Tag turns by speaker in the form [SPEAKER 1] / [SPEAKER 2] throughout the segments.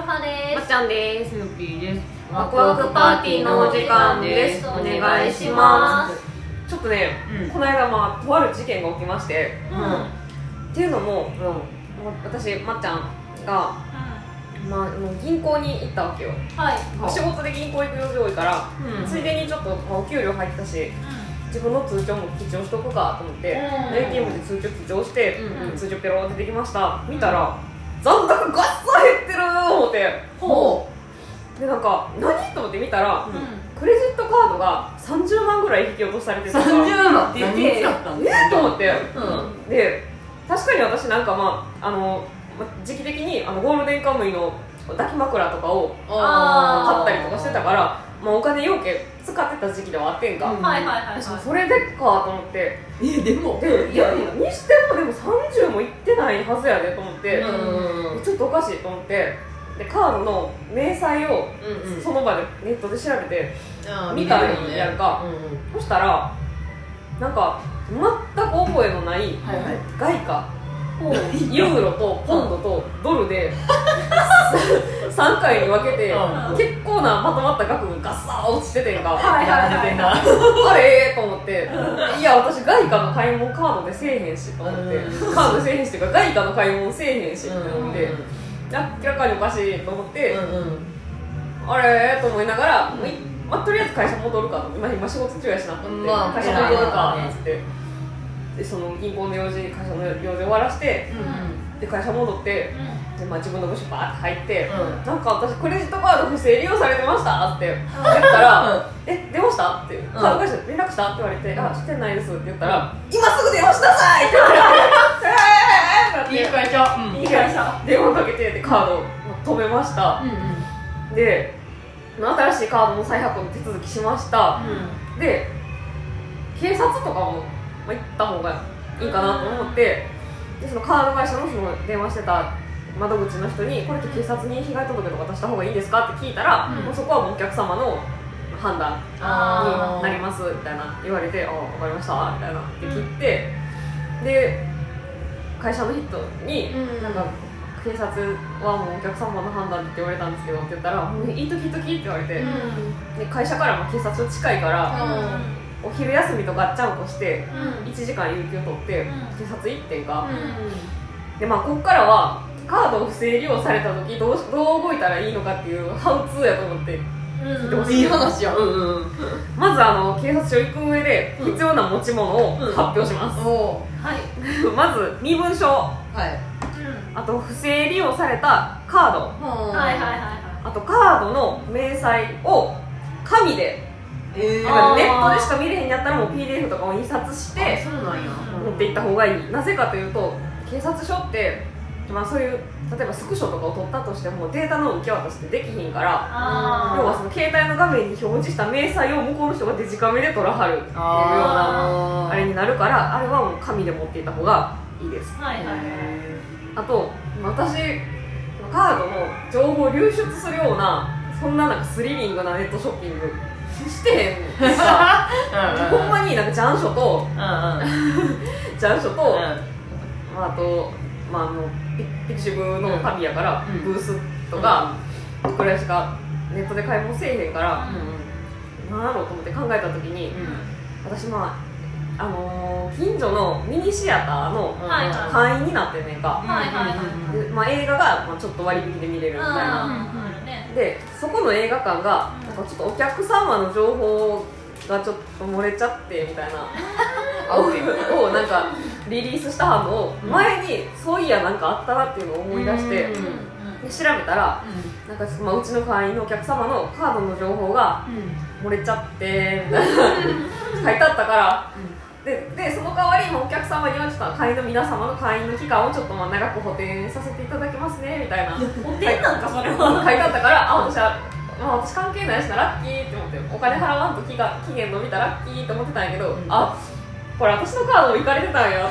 [SPEAKER 1] はで
[SPEAKER 2] まっちゃんですよぴーです
[SPEAKER 1] すワクワクパーティーのお時間です
[SPEAKER 2] お
[SPEAKER 1] お
[SPEAKER 2] 願
[SPEAKER 1] 願
[SPEAKER 2] い
[SPEAKER 1] い
[SPEAKER 2] し
[SPEAKER 1] し
[SPEAKER 2] ま
[SPEAKER 1] ます
[SPEAKER 2] ちょっとね、
[SPEAKER 1] うん
[SPEAKER 2] この間まあとある事件が起きまして、
[SPEAKER 1] うん
[SPEAKER 2] っていうの
[SPEAKER 1] う
[SPEAKER 2] も
[SPEAKER 1] んうん
[SPEAKER 2] もう私まっちゃんが、まあ、もう銀行に行ったわけよ
[SPEAKER 1] はい
[SPEAKER 2] 仕事で銀行行く用事多いから、
[SPEAKER 1] うん
[SPEAKER 2] ついでにちょっと、まあ、お給料入ったし自分の通帳も記帳しとくかと思って、
[SPEAKER 1] うん
[SPEAKER 2] ATM で通帳記帳して、
[SPEAKER 1] うん
[SPEAKER 2] 通帳ペローって出てきました見たら残額ガッサ減ってるー思って
[SPEAKER 1] ほ
[SPEAKER 2] でなんか何と思って見た
[SPEAKER 1] う
[SPEAKER 2] ら、
[SPEAKER 1] ん
[SPEAKER 2] クレジットカードが30万ぐらい引き落とされてたから
[SPEAKER 1] 30万
[SPEAKER 3] 何に使ったん
[SPEAKER 2] え
[SPEAKER 3] です
[SPEAKER 2] ーと思って、
[SPEAKER 1] う
[SPEAKER 2] で確かに私なんかまああのま時期的にあのゴールデンカムイの抱き枕とかを買
[SPEAKER 1] あー
[SPEAKER 2] ったりとかしてたからまあ、お金ようけ使ってた時期ではあってんか、
[SPEAKER 3] うん
[SPEAKER 1] はいはいはいはい
[SPEAKER 2] 私もそれでかと思って
[SPEAKER 3] えでも
[SPEAKER 2] でい
[SPEAKER 1] いや
[SPEAKER 2] や
[SPEAKER 1] いや
[SPEAKER 2] にしてもでも30もいってないはずやでと思って、
[SPEAKER 1] うん
[SPEAKER 2] ちょっとおかしいと思ってでカードの明細を
[SPEAKER 1] うんうん
[SPEAKER 2] その場でネットで調べて、見
[SPEAKER 3] 見
[SPEAKER 2] た
[SPEAKER 3] た
[SPEAKER 2] ら
[SPEAKER 3] よ
[SPEAKER 2] いい
[SPEAKER 3] ね
[SPEAKER 2] やんか、そしたらなんか全く覚えのない
[SPEAKER 3] はいはい
[SPEAKER 2] 外貨
[SPEAKER 1] ほう
[SPEAKER 2] ユーロとポンドとドルで3回に分けて
[SPEAKER 3] うん
[SPEAKER 2] 結構なまとまった額がガッサー落ちててんか、
[SPEAKER 1] はいはいはい
[SPEAKER 3] てんな
[SPEAKER 2] あれと思っていや私外貨の買い物カードでせえへんしと思って
[SPEAKER 3] う
[SPEAKER 2] カードでせえへんしっていうか外貨の買い物せえへんしって思って
[SPEAKER 3] うん
[SPEAKER 2] 明らかにおかしいと思って
[SPEAKER 3] うん
[SPEAKER 2] あれと思いながら、もういまあ、とりあえず会社戻るかと今今仕事中やしなと思って、
[SPEAKER 3] まあ
[SPEAKER 2] 会社戻るか
[SPEAKER 3] 偉いね
[SPEAKER 2] っつってでその銀行の用事会社の用事終わらして
[SPEAKER 3] うん
[SPEAKER 2] で会社戻って
[SPEAKER 1] うん
[SPEAKER 2] で、まあ、自分の部署バーって入って、
[SPEAKER 3] う
[SPEAKER 2] なんか私クレジットカード不正利用されてましたって言ったら「
[SPEAKER 3] うん
[SPEAKER 2] え出ました?」って「カード会社連絡した?」って言われて「あしてないです」って言ったら「今すぐ電話しなさい!」って言われて「えー!」ってなって
[SPEAKER 3] 会社うん
[SPEAKER 1] いい会社
[SPEAKER 2] 電話かけてでカードを止めました
[SPEAKER 3] うんうん
[SPEAKER 2] で新しいカードの再発行の手続きしました、で警察とかも、まあ、行った方がいいかなと思ってでそのカード会社のその電話してた窓口の人にこれって警察に被害届とか出した方がいいですかって聞いたら、
[SPEAKER 3] うん
[SPEAKER 2] もうそこはもうお客様の判断
[SPEAKER 1] あ
[SPEAKER 2] になりますみたいな言われて「あ分かりました」みたいなって切って、で会社の人に、
[SPEAKER 1] うん
[SPEAKER 2] なんか警察はもうお客様の判断って言われたんですけどって言ったら「もういい時いい時」って言われて、
[SPEAKER 1] うん
[SPEAKER 2] で会社からも警察近いから、お昼休みとガッチャンコして
[SPEAKER 1] うん
[SPEAKER 2] 1時間有給取って、
[SPEAKER 1] うん
[SPEAKER 2] 警察行ってんか、
[SPEAKER 1] う
[SPEAKER 2] でまあこっからはカードを不正利用された時どうしどう動いたらいいのかっていうハウツーやと思って
[SPEAKER 1] ん
[SPEAKER 2] でも
[SPEAKER 3] いい話やん
[SPEAKER 2] うんうん、まずあの警察署行く上で
[SPEAKER 3] うん
[SPEAKER 2] 必要な持ち物を
[SPEAKER 3] うん
[SPEAKER 2] 発表します、
[SPEAKER 3] おー
[SPEAKER 1] はい
[SPEAKER 2] まず身分証
[SPEAKER 3] はい
[SPEAKER 2] あと不正利用されたカード
[SPEAKER 1] は
[SPEAKER 3] は
[SPEAKER 1] は
[SPEAKER 3] い
[SPEAKER 1] いはい
[SPEAKER 2] あとカードの明細を紙で
[SPEAKER 3] いえ
[SPEAKER 2] ネ
[SPEAKER 3] ー
[SPEAKER 1] あー
[SPEAKER 2] ットでしか見れへんやったらもう PDF とかを印刷して
[SPEAKER 3] そうなんや
[SPEAKER 2] 持っていった方がいいなぜかというと警察署って、まあ、そういう例えばスクショとかを取ったとしてもデータの受け渡しってできひんから
[SPEAKER 1] あー
[SPEAKER 2] 要はその携帯の画面に表示した明細を向こうの人がデジカメで撮らはるっていうような
[SPEAKER 3] あ
[SPEAKER 2] あれ
[SPEAKER 3] れ
[SPEAKER 2] になるからあれはもう紙で持っていった方がいいです
[SPEAKER 1] はいはい
[SPEAKER 2] あと私カードの情報流出するようなそんななんかスリリングなネットショッピングしてへんのさほんまになんかジャン書と
[SPEAKER 3] うん
[SPEAKER 2] ジャン書と、
[SPEAKER 3] うん
[SPEAKER 2] まあ、あと、まあ、あのピピクシブの旅やから、
[SPEAKER 3] うん
[SPEAKER 2] ブースとかぐらいしかネットで買い物せえへんから、なんやろうと思って考えた時に、私まああのー近所のミニシアターの
[SPEAKER 3] うん
[SPEAKER 1] はいはい
[SPEAKER 2] 会員になってんねんか、
[SPEAKER 1] はいはいはい
[SPEAKER 3] うん
[SPEAKER 2] でまあ、映画が、まあ、ちょっと割引で見れるみたいな、でそこの映画館が
[SPEAKER 1] うん
[SPEAKER 2] なんかちょっとお客様の情報がちょっと漏れちゃってみたいな をなんかリリースしたのを
[SPEAKER 3] うん
[SPEAKER 2] 前にそういやなんかあったなっていうのを思い出して
[SPEAKER 3] う
[SPEAKER 2] で
[SPEAKER 3] ん
[SPEAKER 2] 調べたらなんか、まあ、うちの会員のお客様のカードの情報が漏れちゃってみたい な書いてあったからででその代わりまあお客様にはちょっと会員の皆様の会員の期間をちょっとまあ長く補填させていただきますねみたいな。
[SPEAKER 1] お手なんかそれ
[SPEAKER 2] 書い
[SPEAKER 1] は
[SPEAKER 2] てあったからあ私は、まあ、私関係ないしなラッキーって思ってお金払わんと期が期限伸びたラッキーって思ってたんやけど、
[SPEAKER 3] ん
[SPEAKER 2] あこれ私のカードをいかれてたんや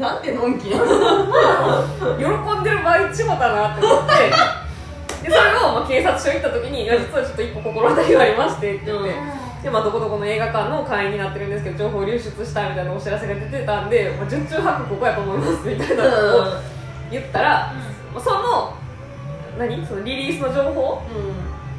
[SPEAKER 3] なんてのんきな
[SPEAKER 2] 喜んでる場合ちもだなって思ってでそれをまあ警察署行った時に「いや実はちょっと一個心当たりがありまして」って言って。でまあ、どこどこの映画館の会員になってるんですけど情報流出したみたいなお知らせが出てたんで、まあ、順中八九ここやと思いますみたいなのを言ったら、その何そのリリースの情報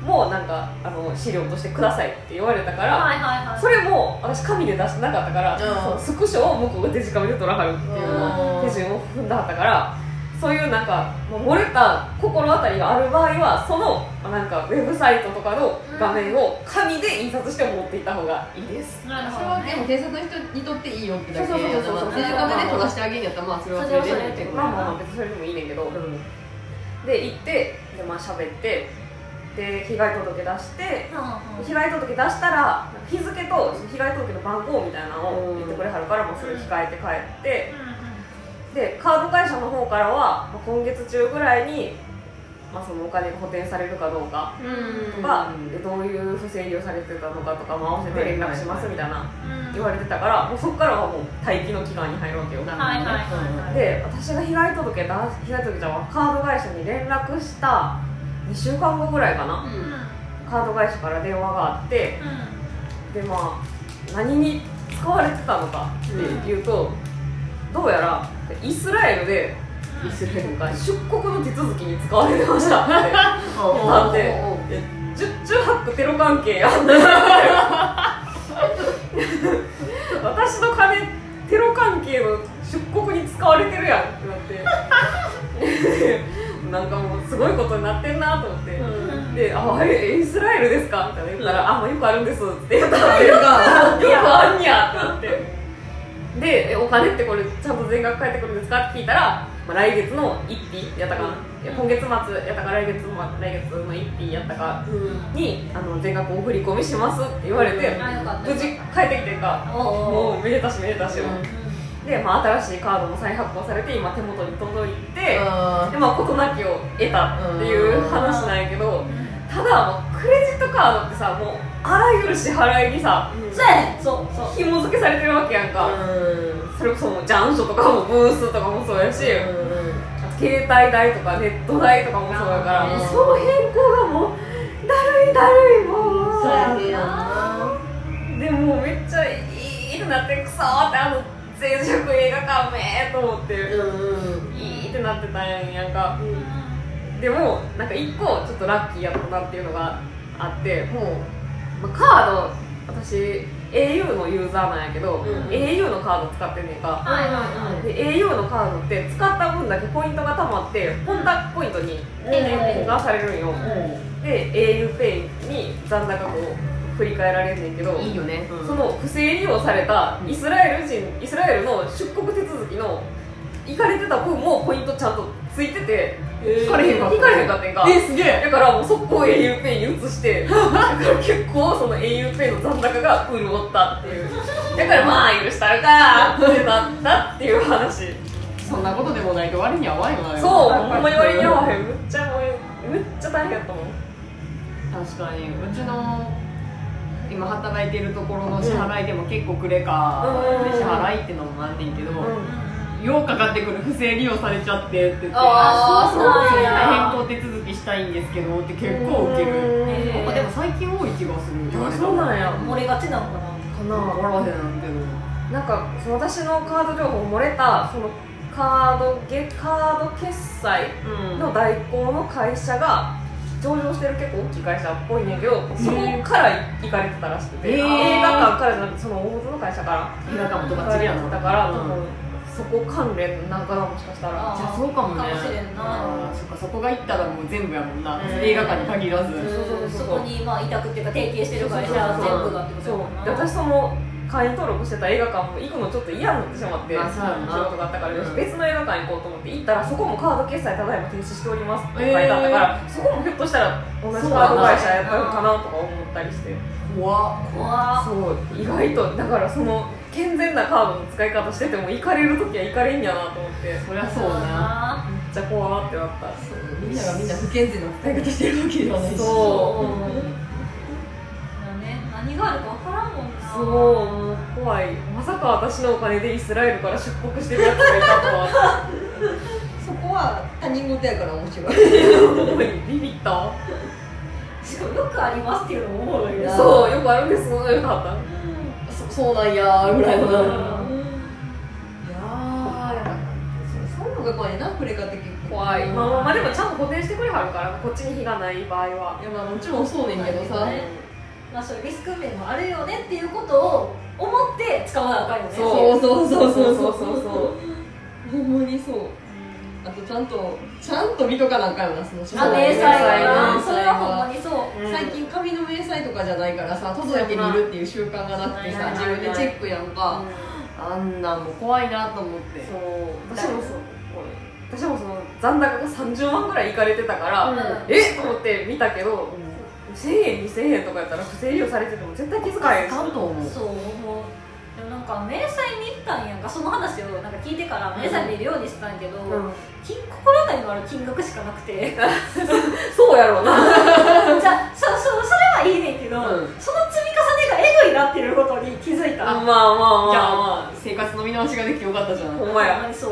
[SPEAKER 2] もなんかあの資料としてくださいって言われたから、
[SPEAKER 1] はいはいはい
[SPEAKER 2] それも私紙で出してなかったから、
[SPEAKER 3] うん
[SPEAKER 2] そのスクショを向こうがデジカメで撮らはるっていうのを
[SPEAKER 3] うん
[SPEAKER 2] 手順を踏んだはったからそういうなんか、まあ、漏れた心当たりがある場合はそのまあなんかウェブサイトとかの画面を紙で印刷して持っていった方がいいです、
[SPEAKER 1] なる
[SPEAKER 3] そ
[SPEAKER 1] ほど
[SPEAKER 3] れはでも
[SPEAKER 1] ね
[SPEAKER 3] 検索の人にとっていいよってだけ
[SPEAKER 2] そうそうそう
[SPEAKER 3] や
[SPEAKER 2] そう
[SPEAKER 3] な手塚で取らしてあげんやったらまあそれはそれ
[SPEAKER 1] そ
[SPEAKER 3] で
[SPEAKER 1] れはそれで
[SPEAKER 2] まあまあまあ別にそれでもいいねんけど、で行ってでまあ喋ってで被害届出して
[SPEAKER 1] うんうん
[SPEAKER 2] 被害届出したら日付と被害届の番号みたいなのを言ってくれはるからもうそれ控えて帰ってでカード会社の方からはまあ今月中ぐらいに、まあ、そのお金が補填されるかどうかとか、でどういう不正利用されてたのかとかも合わせて連絡しますみたいな
[SPEAKER 1] うんうん
[SPEAKER 2] 言われてたからもうそこからはもう待機の期間に入るわけよ
[SPEAKER 1] はいはいはいはい
[SPEAKER 2] で私が被害届出す被害届じゃんわカード会社に連絡した2週間後ぐらいかな
[SPEAKER 1] うん
[SPEAKER 2] カード会社から電話があって
[SPEAKER 1] う
[SPEAKER 2] でまあ何に使われてたのかっていうと、どうやらイスラエルで
[SPEAKER 1] ん
[SPEAKER 2] スラエルか出国の手続きに使われてましたってなんでえ 十中八九テロ関係やん私の金テロ関係の出国に使われてるやんってなってなんかもうすごいことになってんなと思って、
[SPEAKER 1] ん
[SPEAKER 2] で「あえイスラエルですか?」みたいな言ったら「あもうよくあるんです」って言ったら
[SPEAKER 3] なんか
[SPEAKER 2] よくあんにゃってなってでえお金ってこれちゃんと全額返ってくるんですかって聞いたら、まあ、来月の一日やったかな、いや今月末やったか来月も来月の一日やったかにあの全額お振り込みしますって言われて、
[SPEAKER 1] んあよかった
[SPEAKER 2] 無事帰ってきてるか
[SPEAKER 1] おうおうおう
[SPEAKER 2] もうめでたしめでたしよ、
[SPEAKER 3] うん
[SPEAKER 2] で、まあ、新しいカードも再発行されて今手元に届いて、
[SPEAKER 3] あ
[SPEAKER 2] でまあ事なきを得たっていう話なんやけど、
[SPEAKER 1] うん
[SPEAKER 2] ただもうクレジットカードってさもうあらゆる支払いにさ
[SPEAKER 1] そうやねそうそう
[SPEAKER 2] 紐付けされてるわけやんか、それこそもうジャンショとかもブースとかもそうやし、携帯代とかネット代とかもそうやから、
[SPEAKER 3] うん
[SPEAKER 2] その変更がもうだるいだるいもう
[SPEAKER 3] そうやねんな
[SPEAKER 2] でもうめっちゃいいってなってくそーってあの全色映画館めーと思って、いいってなってたんやんかでもなんか一個ちょっとラッキーやったなっていうのがあってもう、まあ、カード私 au のユーザーなんやけど、
[SPEAKER 3] んうん
[SPEAKER 2] au のカード使ってんねんか、
[SPEAKER 1] はいはいはい
[SPEAKER 2] で au のカードって使った分だけポイントがたまってホンダポイントに転換されるんよ、で auPay に残高こう振り替えられんねんけど
[SPEAKER 3] いいよね
[SPEAKER 2] その不正利用されたイスラエル人イスラエルの出国手続きの行かれてた分もポイントちゃんとついてて引かれへんか引かれへんかってんか
[SPEAKER 3] えすげえ
[SPEAKER 2] だからもう速攻 auPay に移して だから結構その auPay の残高が潤ったって いうだからまあ許したるかーってなったっていう話
[SPEAKER 3] そんなことでもないと割に合わんよな
[SPEAKER 2] そうほんまに割に合わへんむっちゃもうむっちゃ大変やったもん
[SPEAKER 3] 確かにうちの今働いてるところの支払いでも結構くれか、
[SPEAKER 2] うん
[SPEAKER 3] 支払いってのもあんねんけど、
[SPEAKER 2] うん
[SPEAKER 3] ようかかってくる不正利用されちゃってって言って
[SPEAKER 2] あーそうなんや
[SPEAKER 3] 変更手続きしたいんですけどって結構ウケ
[SPEAKER 1] う
[SPEAKER 3] る
[SPEAKER 1] ん
[SPEAKER 3] あでも最近多い気がする
[SPEAKER 2] あそうなんや
[SPEAKER 1] 漏れがちなのかな
[SPEAKER 2] か
[SPEAKER 3] な
[SPEAKER 2] な
[SPEAKER 3] 分からへんけど
[SPEAKER 2] なんかその私のカード情報漏れたそのカードげカード決済
[SPEAKER 3] うん
[SPEAKER 2] の代行の会社が上場してる結構大きい会社っぽいんやけどそこから行かれてたらしくて、
[SPEAKER 3] へー
[SPEAKER 2] 映画館からじゃなくてその大元の会社から
[SPEAKER 3] 映画館もと
[SPEAKER 2] 行
[SPEAKER 3] ば
[SPEAKER 2] か
[SPEAKER 3] っちり
[SPEAKER 2] れ
[SPEAKER 3] や
[SPEAKER 2] て
[SPEAKER 3] な
[SPEAKER 2] たから、
[SPEAKER 3] うん
[SPEAKER 2] 多分そこ関連なんかなもしかしたら
[SPEAKER 1] あ
[SPEAKER 3] じゃあそうかも
[SPEAKER 1] か
[SPEAKER 3] ね
[SPEAKER 1] もしれんな
[SPEAKER 3] あーそっかそこが行ったらもう全部やもんな、
[SPEAKER 2] うん
[SPEAKER 3] 映画館に限らず、
[SPEAKER 2] ん
[SPEAKER 1] うんそこにまあ委託っていうか提携してる会社全部がってこと
[SPEAKER 2] そ
[SPEAKER 1] や
[SPEAKER 2] う
[SPEAKER 1] もんな
[SPEAKER 2] で私その会員登録してた映画館も行くのちょっと嫌になってしまって
[SPEAKER 3] まあそうやろな
[SPEAKER 2] 仕事があったから、よし
[SPEAKER 3] うん
[SPEAKER 2] 別の映画館行こうと思って行ったらそこもカード決済ただいま停止しておりますって書いてあったから、そこもひょっとしたら同じカード会社やったのかなとか思ったりして
[SPEAKER 3] 怖っ
[SPEAKER 1] 怖っ
[SPEAKER 2] そう意外とだからその健全なカードの使い方してても行かれる時は行かれんやなと思ってめっ
[SPEAKER 3] そりゃそうな
[SPEAKER 2] ちゃ怖ってなった
[SPEAKER 3] みんながみんな不健全な使い方してるわけではないし
[SPEAKER 2] そう
[SPEAKER 1] だね何があるか分からんもんな
[SPEAKER 2] そうもう怖いまさか私のお金でイスラエルから出国してるやつがいたとは
[SPEAKER 3] そこは他人事やから面白い
[SPEAKER 2] ビビった
[SPEAKER 1] しかもよくありますっていうのも思うよね
[SPEAKER 2] そうよくあるんですよかっ
[SPEAKER 3] そ そうなんやーぐらいのな
[SPEAKER 1] うん
[SPEAKER 3] いやーやっぱそうそういうのが怖いな触れ方結構
[SPEAKER 2] 怖い、まあまあまあでもちゃんと補填してくれはるからこっちに火がない場合は、
[SPEAKER 3] いやまあもちろんそうねんけどさ
[SPEAKER 1] ねまあそういうリスク面もあるよねっていうことを思って使わなあかんよね
[SPEAKER 3] そうそうそうそうそうそう
[SPEAKER 2] そうそうそう
[SPEAKER 3] ほんまにそうあとちゃんとちゃんと見とかなんかよなその
[SPEAKER 1] あ明細
[SPEAKER 2] は
[SPEAKER 1] が
[SPEAKER 2] 明
[SPEAKER 1] なそれはほんまにそう
[SPEAKER 2] うん
[SPEAKER 3] 最近紙の明細とかじゃないからさ外だけ見るっていう習慣がなくて
[SPEAKER 2] ない
[SPEAKER 3] さ
[SPEAKER 2] ない
[SPEAKER 3] 自分でチェックやんかあんなんも怖いなと思って
[SPEAKER 2] そう私もそう私もその残高が30万ぐらいいかれてたから、
[SPEAKER 3] うん
[SPEAKER 2] えっと思って見たけど1000円2000円とかやったら不正利用されてても絶対気づかへんし
[SPEAKER 3] かんと思う
[SPEAKER 1] そうもうでもなんか明細見たんやんかその話をなんか聞いてから明細見るようにしたんやけど、
[SPEAKER 2] うん
[SPEAKER 1] 金心当たりのある金額しかなくてじゃ
[SPEAKER 2] そうやろう な
[SPEAKER 1] あそそそれはいいねんけど、
[SPEAKER 2] うん
[SPEAKER 1] その積み重ねがエグいなっていうことに気づいた
[SPEAKER 2] まあまあまあ
[SPEAKER 3] じゃ
[SPEAKER 2] ま
[SPEAKER 3] あ生活の見直しができてよかったじゃん
[SPEAKER 2] あ
[SPEAKER 3] そ
[SPEAKER 2] ほ
[SPEAKER 3] うん
[SPEAKER 2] まや
[SPEAKER 1] にそう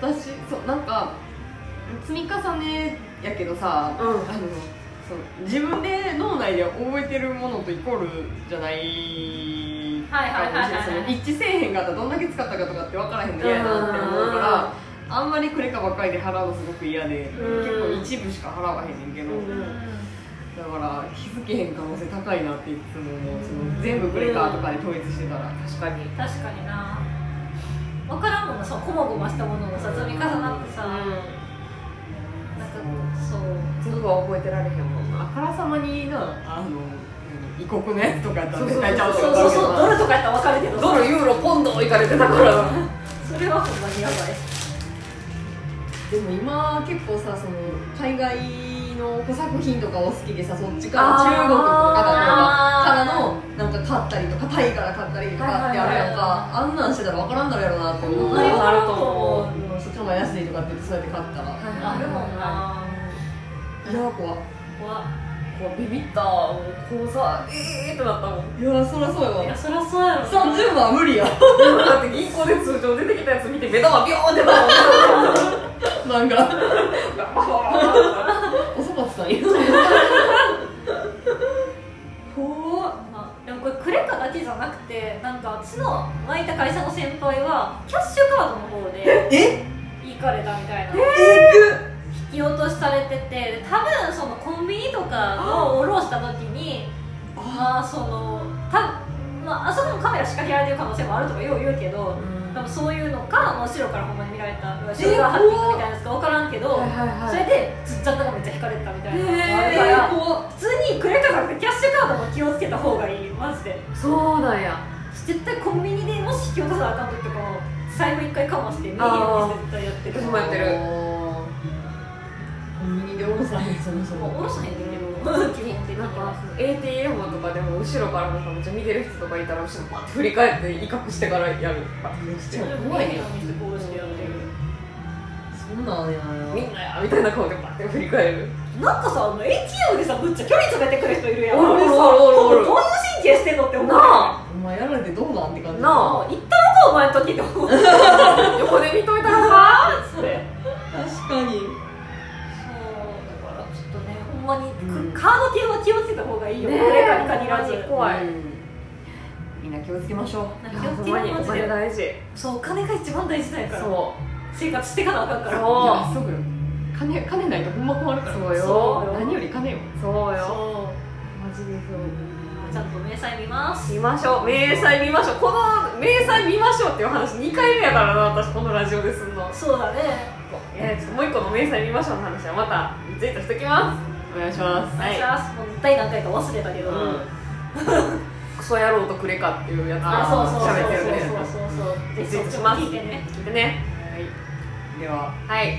[SPEAKER 3] 私そうなんか積み重ねやけどさ、
[SPEAKER 2] うん
[SPEAKER 3] あのそう自分で脳内で覚えてるものとイコールじゃない
[SPEAKER 1] はいはいはいはい
[SPEAKER 3] かもしれないその一致せえへんかったらどんだけ使ったかとかって分からへんの嫌やなって思うからあんまりクレカばっかりで払うのすごく嫌で
[SPEAKER 2] うん
[SPEAKER 3] 結構一部しか払わへんねんけど
[SPEAKER 2] うん
[SPEAKER 3] だから気づけへん可能性高いなっていつも思うその全部クレカとかで統一してたら
[SPEAKER 2] 確かに
[SPEAKER 1] 確かにな分からんもんなそのこまごましたもののさ積み重なってさ、なんかそう
[SPEAKER 2] 全部は覚えてられへんもん
[SPEAKER 3] あ
[SPEAKER 2] な
[SPEAKER 3] からさまになあの異国のやつとかやったら
[SPEAKER 2] そうそう
[SPEAKER 3] 絶対ちゃうと
[SPEAKER 1] そう
[SPEAKER 3] か
[SPEAKER 1] そう
[SPEAKER 3] け
[SPEAKER 1] そう
[SPEAKER 3] ど
[SPEAKER 1] ド
[SPEAKER 3] な
[SPEAKER 1] ルとかやったら分かるけど
[SPEAKER 2] ドルユーロポンドいかれてたから
[SPEAKER 1] それはほんまにやばい
[SPEAKER 3] でも今結構さその海外の小作品とかを好きでさそっちから
[SPEAKER 2] あー
[SPEAKER 3] 中国とか
[SPEAKER 1] あ
[SPEAKER 3] だ
[SPEAKER 1] ー
[SPEAKER 3] からのなんか買ったりとかタイから買ったりとかってあるやんか、あんなんしてたら分からんだろうやろなって思う、
[SPEAKER 2] うん
[SPEAKER 3] う
[SPEAKER 2] なると思
[SPEAKER 3] んそっちの方が安いとかって言ってそうやって買ったら、
[SPEAKER 1] あるもんな
[SPEAKER 3] うんいや怖っ
[SPEAKER 1] 怖っ
[SPEAKER 2] こうビビったもう口座ええーってなったもん
[SPEAKER 3] いやそりゃそうや
[SPEAKER 1] いや
[SPEAKER 3] わ
[SPEAKER 1] そりゃそうやろな
[SPEAKER 3] 30万無理や
[SPEAKER 2] だって銀行で通常出てきたやつ見て目玉ビョーンってなったもん
[SPEAKER 3] 漫画
[SPEAKER 2] あ
[SPEAKER 3] おそばつさん怖っ
[SPEAKER 1] まあでもこれクレカだけじゃなくてなんか私の巻いた会社の先輩はキャッシュカードの方で
[SPEAKER 3] え
[SPEAKER 1] 行かれたみたいな
[SPEAKER 3] え
[SPEAKER 1] 引き落としされててで多分そのコンビニとかを下ろした時にまあそのたまああそこもカメラ仕掛けられてる可能性もあるとかよう言うけど多分そういうのかもう後ろからほんまに見られたシュガーハッキングみたいなやつか分からんけど、
[SPEAKER 3] はいはいはい
[SPEAKER 1] それで釣っちゃったがめっちゃ引かれてたみたいなのがあるか
[SPEAKER 3] え
[SPEAKER 1] ら
[SPEAKER 3] ー、怖っ
[SPEAKER 1] 普通にクレカじゃなくてキャッシュカードも気をつけた方がいいマジで
[SPEAKER 2] そうなんや
[SPEAKER 1] 絶対コンビニでもし引き落とさなあかん時とかも財布一回かまして右に絶対やってる
[SPEAKER 2] あーやってる
[SPEAKER 3] コンビニでおろさへんそもそ
[SPEAKER 1] もう
[SPEAKER 3] も
[SPEAKER 1] 下ろさへんねんけど基本的に
[SPEAKER 2] なんか
[SPEAKER 1] は
[SPEAKER 2] ATM とかでも後ろからなんかめっちゃ見てる人とかいたら後ろバッて振り返って威嚇してからやる
[SPEAKER 3] めっちゃ怖
[SPEAKER 1] 怖
[SPEAKER 3] い
[SPEAKER 1] いよ
[SPEAKER 3] や
[SPEAKER 1] うにしてこうしてやってる
[SPEAKER 3] そんなんや
[SPEAKER 2] みんなやみたいな顔でバッて振り返る
[SPEAKER 1] なんかさあの ATM でさむっちゃ距離詰めてくる人いるやん
[SPEAKER 2] おるおるおるおる
[SPEAKER 1] どういう神経してんのって思う
[SPEAKER 2] なあ
[SPEAKER 3] お前やられてどうなんって感じ
[SPEAKER 2] な
[SPEAKER 1] ああ言ったのかお前の時って思 う
[SPEAKER 2] 横で見といたらさ
[SPEAKER 1] それ
[SPEAKER 3] 確かに
[SPEAKER 1] そうだからちょっとねほんまに、
[SPEAKER 3] うん
[SPEAKER 1] カード系は気をつけた方がいいよ、
[SPEAKER 2] ねえ
[SPEAKER 1] クレカに限らず
[SPEAKER 2] ほんまに怖い
[SPEAKER 3] うんみんな気をつけましょう
[SPEAKER 1] なんか気をつ
[SPEAKER 2] ほん
[SPEAKER 1] け
[SPEAKER 2] ま
[SPEAKER 1] な
[SPEAKER 2] にお
[SPEAKER 1] マジ
[SPEAKER 2] 金
[SPEAKER 1] で
[SPEAKER 2] 大事
[SPEAKER 1] そうお金が一番大事だから
[SPEAKER 2] そ
[SPEAKER 1] 生活してかなあかんから
[SPEAKER 2] そう
[SPEAKER 3] いやそうよ金金ないとほんま困るから
[SPEAKER 2] そうよ
[SPEAKER 3] そう何より金よ
[SPEAKER 2] うそうよ
[SPEAKER 1] そ
[SPEAKER 2] マジで
[SPEAKER 1] うちゃんと明細見ます
[SPEAKER 2] そう見ましょう明細見ましょうこの明細見ましょうっていう話2回目やからな私このラジオですんの
[SPEAKER 1] そうだね
[SPEAKER 2] えーちょっともう一個の明細見ましょうの話はまたツイートしときます
[SPEAKER 3] お願いします
[SPEAKER 2] はい
[SPEAKER 1] 私はもう第何回か忘れたけど、
[SPEAKER 2] クソ野郎とクレカっていうやつ
[SPEAKER 1] あそうそうそう
[SPEAKER 2] 喋ってるね
[SPEAKER 1] そうそうそうぜひそっちも聞いてね
[SPEAKER 2] 聞いてね
[SPEAKER 3] では
[SPEAKER 2] は
[SPEAKER 1] は
[SPEAKER 2] い
[SPEAKER 1] い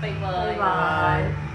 [SPEAKER 1] バイバイ
[SPEAKER 2] バイバイ